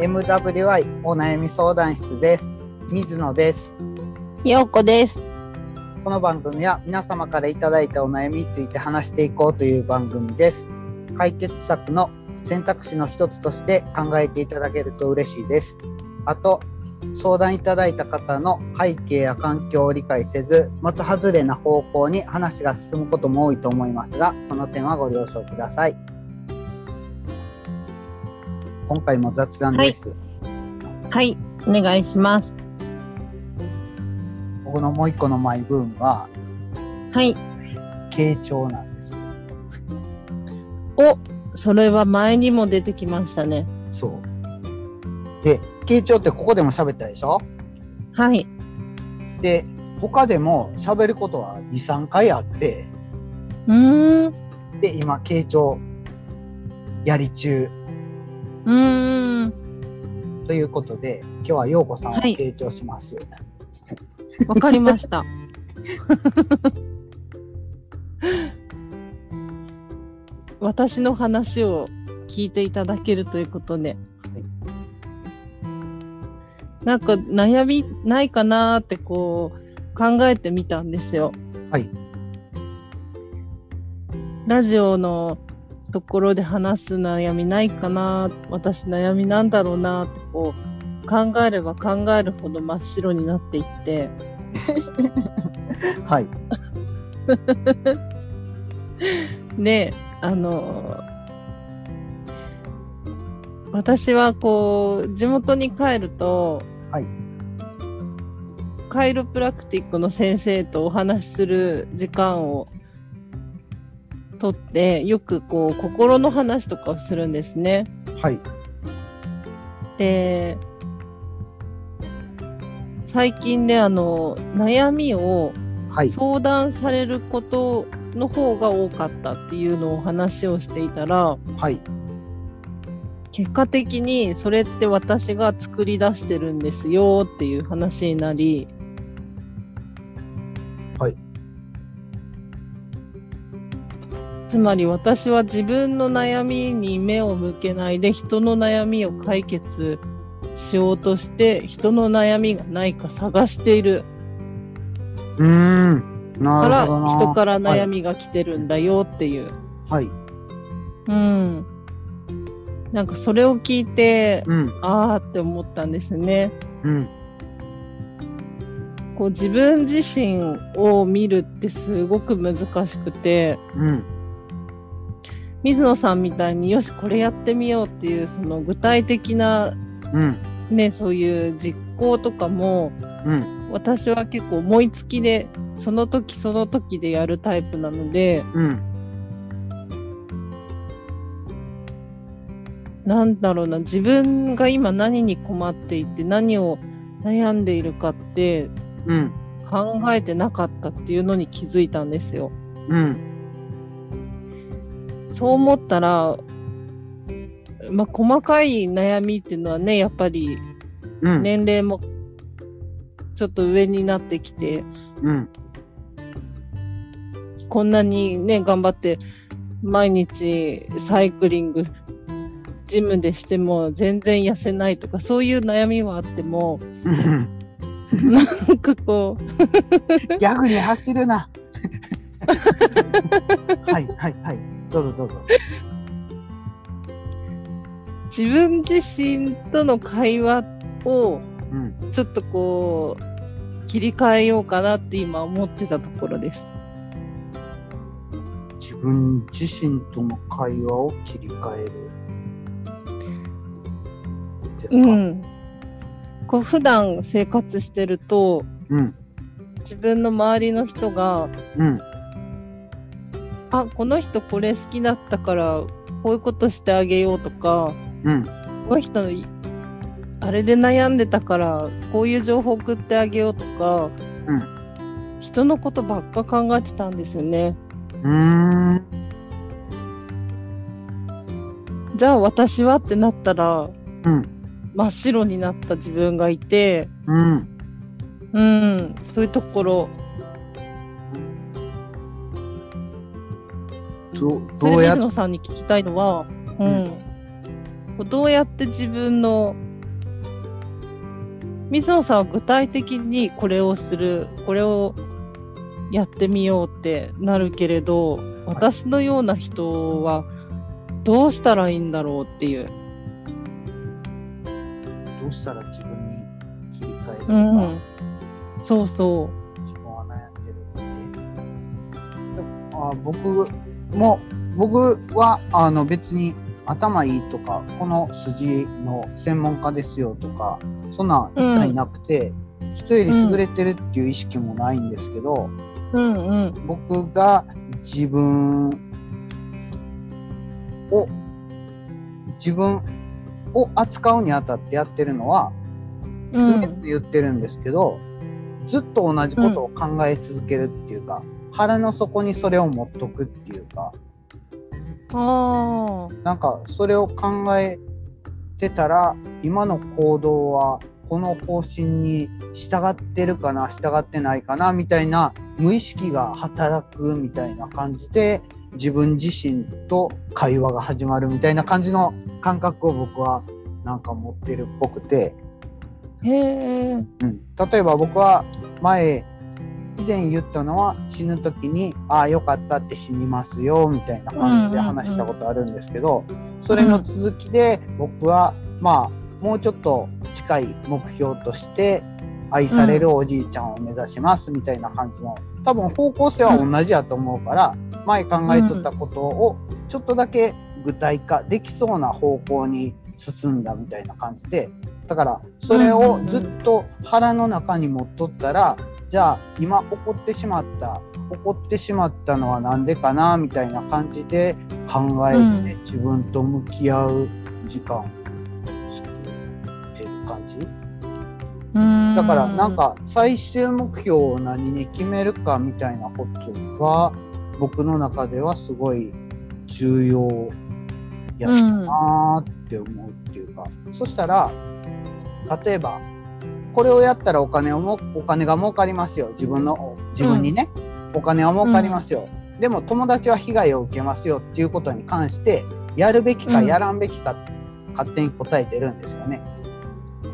MWI お悩み相談室です水野ですようこです。この番組は皆様からいただいたお悩みについて話していこうという番組です解決策の選択肢の一つとして考えていただけると嬉しいですあと相談いただいた方の背景や環境を理解せず的外れな方向に話が進むことも多いと思いますがその点はご了承ください今回も雑談です、はい、お願いします。僕のもう一個のマイブームははい。傾聴なんですよお、それは前にも出てきましたね。そうで傾聴ってここでも喋ったでしょはい。で他でも喋ることは23回あってうーん。うで今傾聴やり中ーん。ということで今日は陽子さんをはい傾聴します、わかりました。私の話を聞いていただけるということで。なんか悩みないかなーってこう考えてみたんですよ。はい。ラジオのところで話す悩みないかな私悩みなんだろうなってこう考えれば考えるほど真っ白になっていってはいであの私はこう地元に帰ると、はいカイロプラクティックの先生とお話しする時間をとってよくこう心の話とかをするんですね。はいで最近ねあの悩みをはい相談されることの方が多かったっていうのをお話をしていたらはい結果的にそれって私が作り出してるんですよっていう話になりはいつまり私は自分の悩みに目を向けないで人の悩みを解決しようとして人の悩みがないか探しているうーんかなるらほどな人から悩みが来てるんだよっていうはい、はいうん。なんかそれを聞いて、うんああって思ったんですね。うんこう自分自身を見るってすごく難しくて、うん水野さんみたいによし、これやってみようっていう、その具体的なうんね、そういう実行とかも、うん私は結構思いつきで、その時その時でやるタイプなので、うんなんだろうな、自分が今何に困っていて、何を悩んでいるかって、うん考えてなかったっていうのに気づいたんですよ。うんそう思ったら、まあ、細かい悩みっていうのはねやっぱりうん年齢もちょっと上になってきてうんこんなにね頑張って毎日サイクリングジムでしても全然痩せないとかそういう悩みはあってもうんなんかこうギャグに走るなはいはいはいどうぞどうぞ自分自身との会話をうんちょっとこう切り替えようかなって今思ってたところです。自分自身との会話を切り替えるですか、うん、こう普段生活してるとうん自分の周りの人がうん「あこの人これ好きだったからこういうことしてあげよう」とかうん「この人のいあれで悩んでたからこういう情報送ってあげよう」とか、うん人のことばっか考えてたんですよね。うーんじゃあ私はってなったら、うん真っ白になった自分がいて。うんうん、そういうところ。どそどれうやっ水野さんに聞きたいのは、うん、こうどうやって自分の水野さんは具体的にこれをするこれをやってみようってなるけれど私のような人はどうしたらいいんだろうっていう。どうしたら自分に切り替えるうのか、ん、そうそ自分は悩んでるのでであ僕も僕はあの別に頭いいとかこの筋の専門家ですよとかそんなん一切なくて、人より優れてるっていう意識もないんですけど、う。うんうん。僕が自分を自分を扱うにあたってやってるのは常う々ん、言ってるんですけど、ずっと同じことを考え続けるっていうか、腹の底にそれを持っとくっていうかあなんかそれを考えてたら今の行動はこの方針に従ってるかな従ってないかなみたいな無意識が働くみたいな感じで自分自身と会話が始まるみたいな感じの感覚を僕はなんか持ってるっぽくて。あ。へえ。うん、例えば僕は前以前言ったのは死ぬ時に「ああよかった」って死にますよみたいな感じで話したことあるんですけど、それの続きで僕はまあもうちょっと近い目標として愛されるおじいちゃんを目指しますみたいな感じの多分方向性は同じやと思うから前考えとったことをちょっとだけ具体化できそうな方向に進んだみたいな感じでだからそれをずっと腹の中に持っとったらじゃあ今怒ってしまった怒ってしまったのは何でかなみたいな感じで考えて自分と向き合う時間を作ってる感じうんだからなん。か最終目標を何に決めるかみたいなことが僕の中ではすごい重要やうったん。なーって思うっていうか、そしたら例えばこれをやったらお金をもお金が儲かりますよ自分の自分にね、お金は儲かりますよ、でも友達は被害を受けますよっていうことに関してやるべきかうんやらんべきか勝手に答えてるんですよね。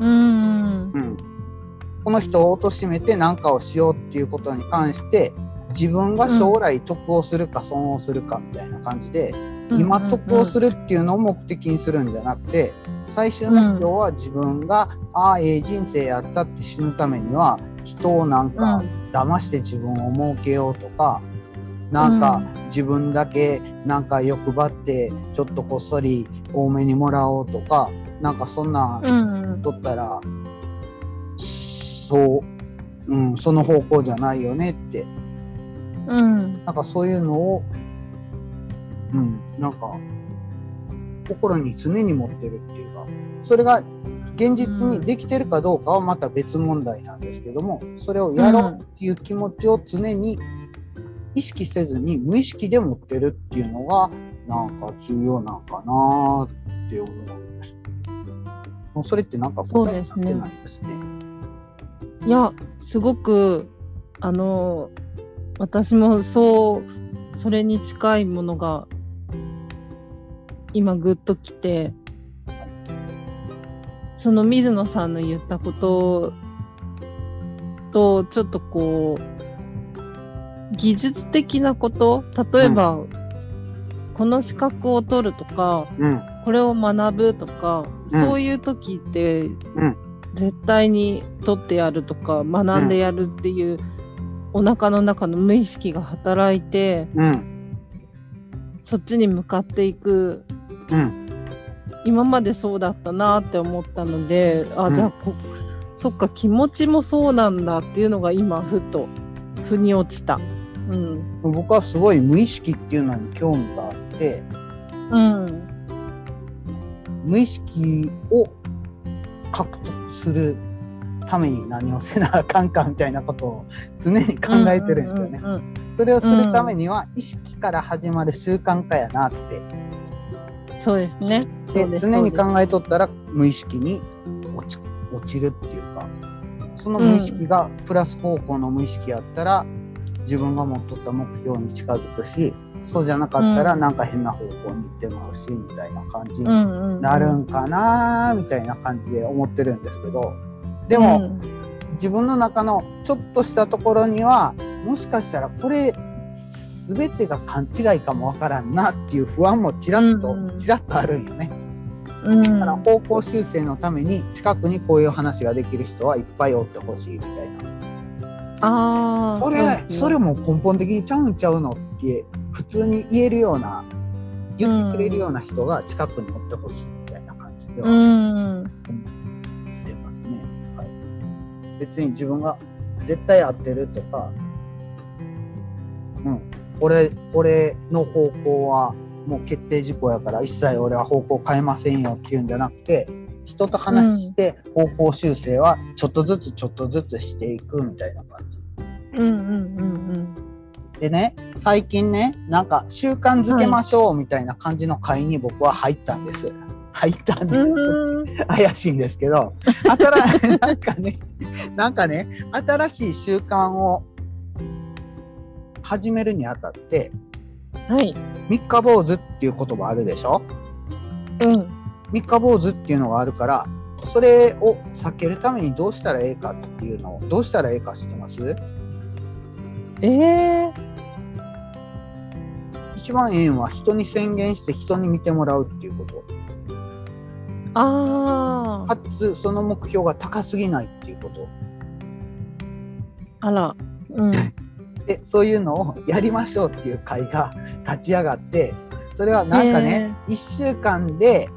うん。うん、この人を貶めて何かをしようっていうことに関して自分が将来得をするか損をするかみたいな感じで、今得をする。るっていうのを目的にするんじゃなくて最終目標は自分が、ああええ人生やったって死ぬためには人をなんうん。か騙して自分を儲けようとか、なんか自分だけなんか欲張ってちょっとこっそり多めにもらおうとかなんかそんなんうん。取ったらそう、うん、その方向じゃないよねってうん。なんかそういうのを、うん、なんか、心に常に持ってるっていうか、それが現実にできてるかどうかはまた別問題なんですけども、それをやろうっていう気持ちを常に意識せずに無意識で持ってるっていうのが、なんか重要なんかなーって思うんです。もうそれってなんか答えになってないですね。いや、すごく、あの、私もそう、それに近いものが、今ぐっときて、その水野さんの言ったことと、ちょっとこう、技術的なこと、例えば、この資格を取るとか、うん、これを学ぶとか、うんそういう時って、ん絶対に取ってやるとか学んでやるっていう、お腹の中の無意識が働いてうん、そっちに向かっていくうん、今までそうだったなって思ったのであ、うんじゃあこそっか気持ちもそうなんだっていうのが今ふと腑に落ちた。うん、僕はすごい無意識っていうのに興味があって、うん、無意識を獲得するために何をせなあかんかみたいなことを常に考えてるんですよねう。んうんそれをするためには意識から始まる習慣化やなってうんそうですね。そうでです常に考えとったら無意識に落ち落ちるっていうかその無意識がプラス方向の無意識やったら自分が持っとった目標に近づくしそうじゃなかったらうんなんか変な方向に行ってまうしみたいな感じにうんうんうんなるんかなーみたいな感じで思ってるんですけど、でも、うん自分の中のちょっとしたところにはもしかしたらこれ全てが勘違いかもわからんなっていう不安もちらっと、うんちらっとあるんよね。うんだから方向修正のために近くにこういう話ができる人はいっぱいおってほしいみたいな。ああそれそれも根本的にちゃうんちゃうのって普通に言えるような言ってくれるような人が近くにおってほしいみたいな感じでは。うんうんってますね。はい、別に自分が絶対合ってるとか、うん、俺俺の方向はもう決定事項やから一切俺は方向変えませんよっていうんじゃなくて人と話して方向修正はちょっとずつちょっとずつしていくみたいな感じ。うんうんでね最近ねなんか習慣づけましょうみたいな感じの会に僕は入ったんです。入ったんです。うんうん怪しいんですけど、新 なんかね、なんかね、新しい習慣を始めるにあたって、はい三日坊主っていう言葉あるでしょうん三日坊主っていうのがあるから、それを避けるためにどうしたらええかっていうのを、どうしたらええか知ってますええー一番ええんは人に宣言して人に見てもらうっていうこと。あかあつ、その目標が高すぎないっていうこと。あらうんでそういうのをやりましょうっていう会が立ち上がってそれはなんかね、1週間で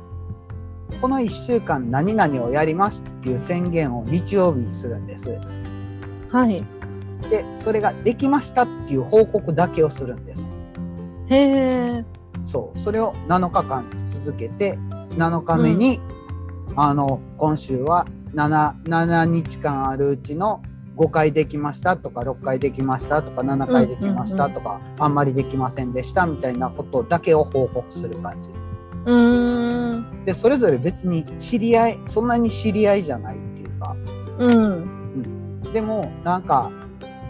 この1週間何々をやりますっていう宣言を日曜日にするんですはいでそれができましたっていう報告だけをするんですへえそうそれを7日間続けて7日目に、あの今週は 7, 7日間あるうちの5回できましたとか6回できましたとか7回できましたとか、あんまりできませんでしたみたいなことだけを報告する感じうーんでそれぞれ別に知り合いそんなに知り合いじゃないっていうかうんでもなんか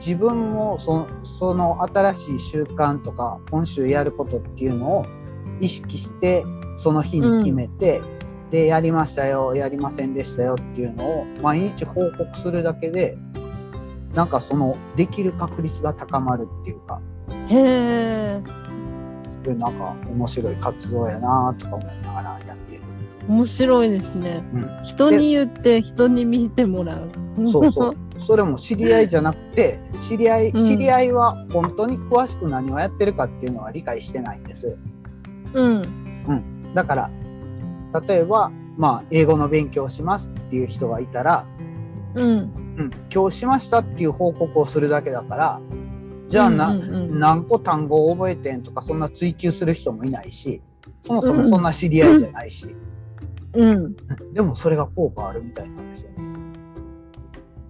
自分もそのその新しい習慣とか今週やることっていうのを意識してその日に決めて、でやりましたよやりませんでしたよっていうのを毎日報告するだけでなんかそのできる確率が高まるっていうかへえそういうなんか面白い活動やなとか思いながらやってる。面白いですねうん人に言って人に見てもらうそうそう。それも知り合いじゃなくて、知り合い、うん知り合いは本当に詳しく何をやってるかっていうのは理解してないんです。 うんだから、例えば、まあ、英語の勉強をしますっていう人がいたら、うんうん、今日しましたっていう報告をするだけだから、じゃあな、うんうんうん何個単語を覚えてんとか、そんな追求する人もいないし、そもそもそんな知り合いじゃないし、うんでもそれが効果あるみたいなんですよね。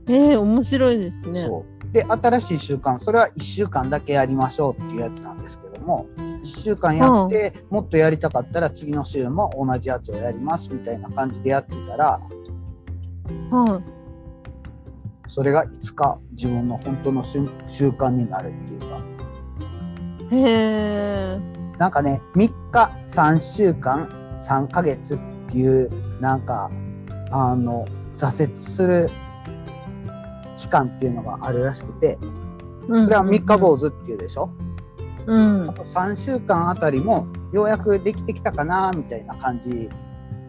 ええ面白いですねそうで新しい習慣それは1週間だけやりましょうっていうやつなんですけども1週間やって、もっとやりたかったら次の週も同じやつをやりますみたいな感じでやってたらはいそれがいつか自分の本当の習習慣になるっていうかへえ。なんかね3日3週間3ヶ月っていうなんかあの挫折する期間っていうのがあるらしくてそれは三日坊主っていうでしょ、うん。あと3週間あたりもようやくできてきたかなみたいな感じ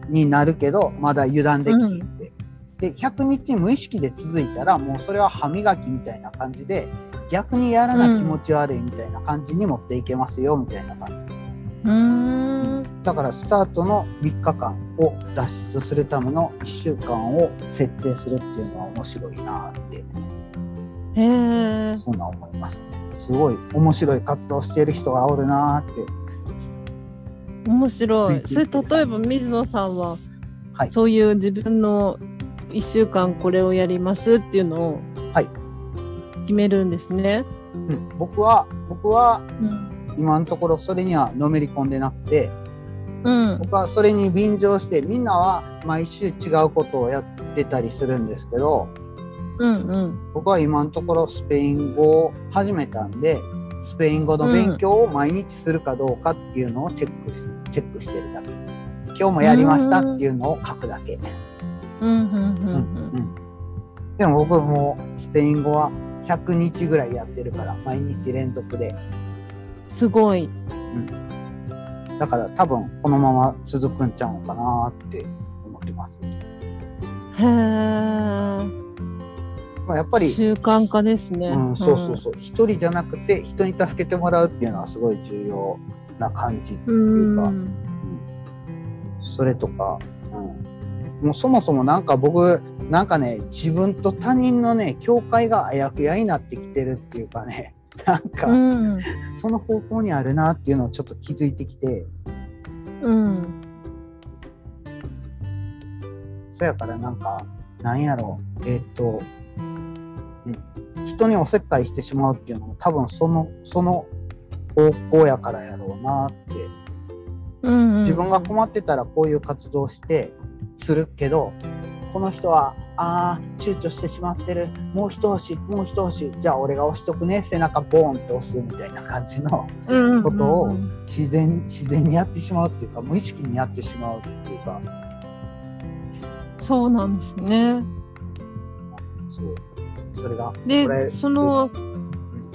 になるけどまだ油断できひんって、で100日無意識で続いたらもうそれは歯磨きみたいな感じで逆にやらな気持ち悪いみたいな感じに持っていけますよみたいな感じ、うん。だからスタートの3日間を脱出するための1週間を設定するっていうのは面白いなってへえ。そんな思いますねすごい面白い活動してる人がおるなって面白い。ついてそれいけない例えば水野さんは、はいそういう自分の一週間これをやりますっていうのを、はい決めるんですね。うん、僕は僕はうん。今のところそれにはのめり込んでなくてうん。僕はそれに便乗してみんなは毎週違うことをやってたりするんですけどうん。うん。僕は今のところスペイン語を始めたんでスペイン語の勉強を毎日するかどうかっていうのをチェックしチェックしてるだけ今日もやりましたっていうのを書くだけ、うん。うん。うん。ううんん。うんでも僕もスペイン語は100日ぐらいやってるから、毎日連続で。すごい。だから多分このまま続くんちゃうのかなって思ってます。へー。まあ、やっぱり、習慣化ですね。うん、そうそうそう、一人じゃなくて人に助けてもらうっていうのはすごい重要な感じってういうか、ん。それとか、うん、もうそもそもなんか僕なんかね自分と他人のね境界があやふやになってきてるっていうかねなんか、うん。その方向にあるなっていうのをちょっと気づいてきてうん。そやからなんかなんやろうえーっ、と、うん、人におせっかいしてしまうっていうのも多分そのその方向やからやろうなってうん。自分が困ってたらこういう活動をしてするけどこの人はあー躊躇してしまってるもう一押しもう一押しじゃあ俺が押しとくね背中ボーンって押すみたいな感じのることを自然自然にやってしまうっていうか無意識にやってしまうっていうかそうなんですね。そうそれがこれで、その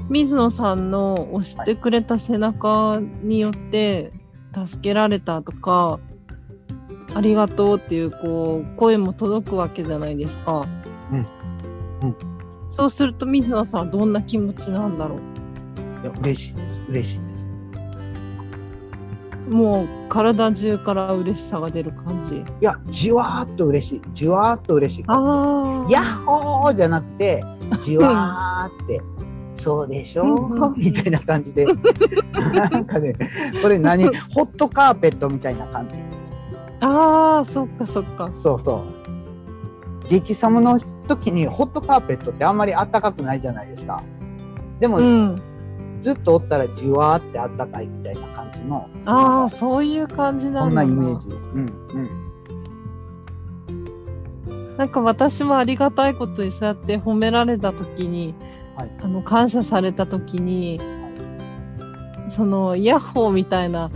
水野さんの押してくれた背中によって助けられたとか、ありがとうっていうこう声も届くわけじゃないですか。うんうんそうすると水野さんはどんな気持ちなんだろいや嬉しいです嬉しいですう。もう体中から嬉しさが出る感じ。いやじわーっと嬉しいじわーっと嬉しいああ。ヤッホーじゃなく て、じわーって、そうでしょうんうんみたいな感じで、なんかね、これ何、ホットカーペットみたいな感じ。ああ、そっかそっか。そうそう。激寒の時にホットカーペットってあんまり暖かくないじゃないですか。でも、うん。ずっとおったらじわーって暖かいみたいな感じの、ああ、そういう感じこなんんだなな。イメージ。うんうん。なんか私もありがたいことにそうやって褒められた時に、はいあの感謝された時にそのヤッホーみたいな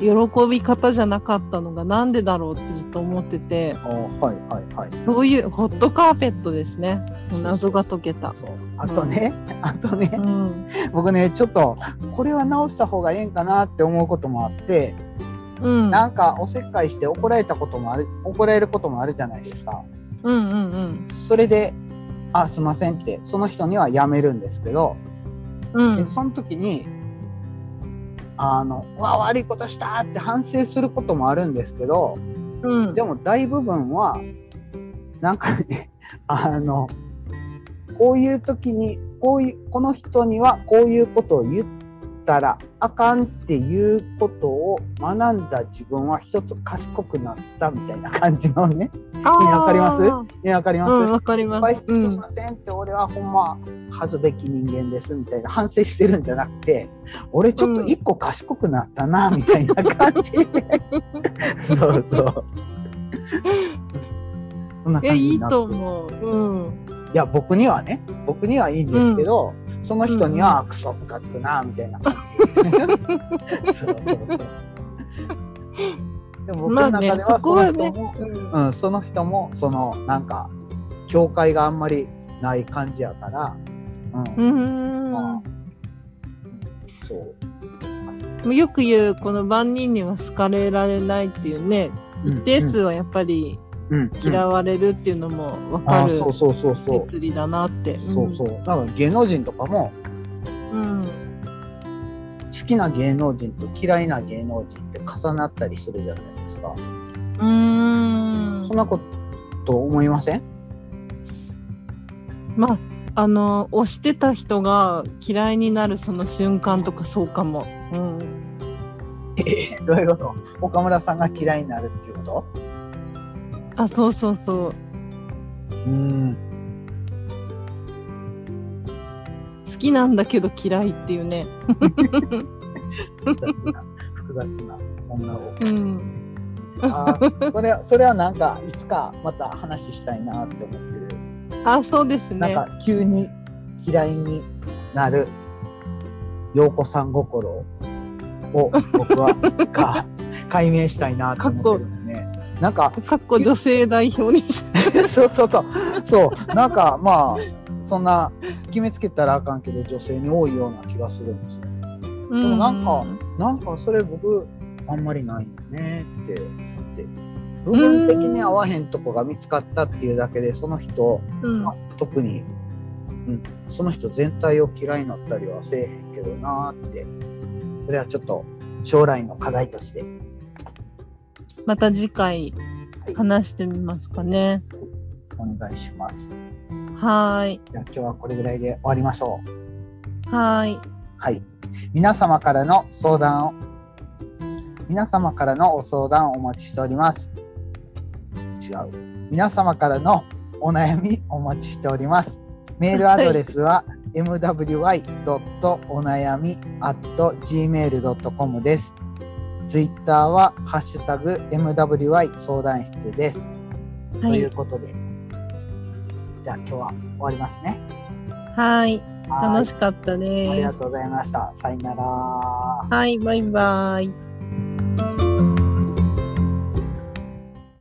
喜び方じゃなかったのがなんでだろうってずっと思っててあーはいはいはい。そういうホットカーペットですねその謎が解けた。そう。あとね、 あとね、うん僕ねちょっとこれは直した方がええんかなって思うこともあってうん、なんかおせっかいして怒られたこともある怒られることもあるじゃないですかうんうんうんそれで「あすいません」ってその人にはやめるんですけど、うんでその時に「あのうわ悪いことした!」って反省することもあるんですけどうんでも大部分はなんかね あのこういう時にこういうこの人にはこういうことを言ったらあかんっていうことを学んだ自分は一つ賢くなったみたいな感じのねあー意味わかりますねわかります、うんわかり失ま敗すして。すういんませんって、俺はほんま恥ずべき人間ですみたいな反省してるんじゃなくて俺ちょっと一個賢くなったなみたいな感じで、そうそう そんないや感じいにいなとう思う。うんいや僕にはね僕にはいいんですけど、その人には、クソムカつくなみたい な感じそうそうそうでも僕の中でまあねはそそこのは人ねも、うんうん、その人もそのなんか境界があんまりない感じやから、うんうんまあ、そう、よく言うこの万人には好かれられないっていうね一定数はやっぱりうんうん嫌われるっていうのもわあかあるそうそうそうそう、物理だなって。そうそうなんか芸能人とかもうん好きな芸能人と嫌いな芸能人って重なったりするじゃないですか、うんうーんそんなこと思いません まああの推してた人が嫌いになるその瞬間とかそうかも。うん、いろいろと岡村さんが嫌いになるっていうこあそうそうそうとうん好きなんだけど嫌いっていうね。複雑な複雑な女をうんあーそれはそれはなんかいつかまた話したいなって思ってる、あそうですなんね。か急に嫌いになる陽子さん心を僕はいつか解明したいなって思ってるのねなんか、かっこ女性代表にしてそうそうそう。そう。なんか、まあ、そんな、決めつけたらあかんけど、女性に多いような気がするんですよ。でもなんかなんか、それ僕、あんまりないよねって思って。部分的に合わへんとこが見つかったっていうだけで、その人、うんまあ特に、うん、その人全体を嫌いになったりはせえへんけどなーって。それはちょっと、将来の課題として。また次回話してみますかねお願いします。はーいじゃあ今日はこれぐらいで終わりましょう。はーいはい。皆様からの相談を、皆様からのお相談をお待ちしております。違う。皆様からのお悩みお待ちしております。メールアドレスは、mwy.onayami.gmail.com です。ツイッターは、ハッシュタグ mwy 相談室です。とはいいうことで、じゃあ今日は終わりますね。はいはーい楽しかったありでがすとうございました。さよなら。はいバイバイ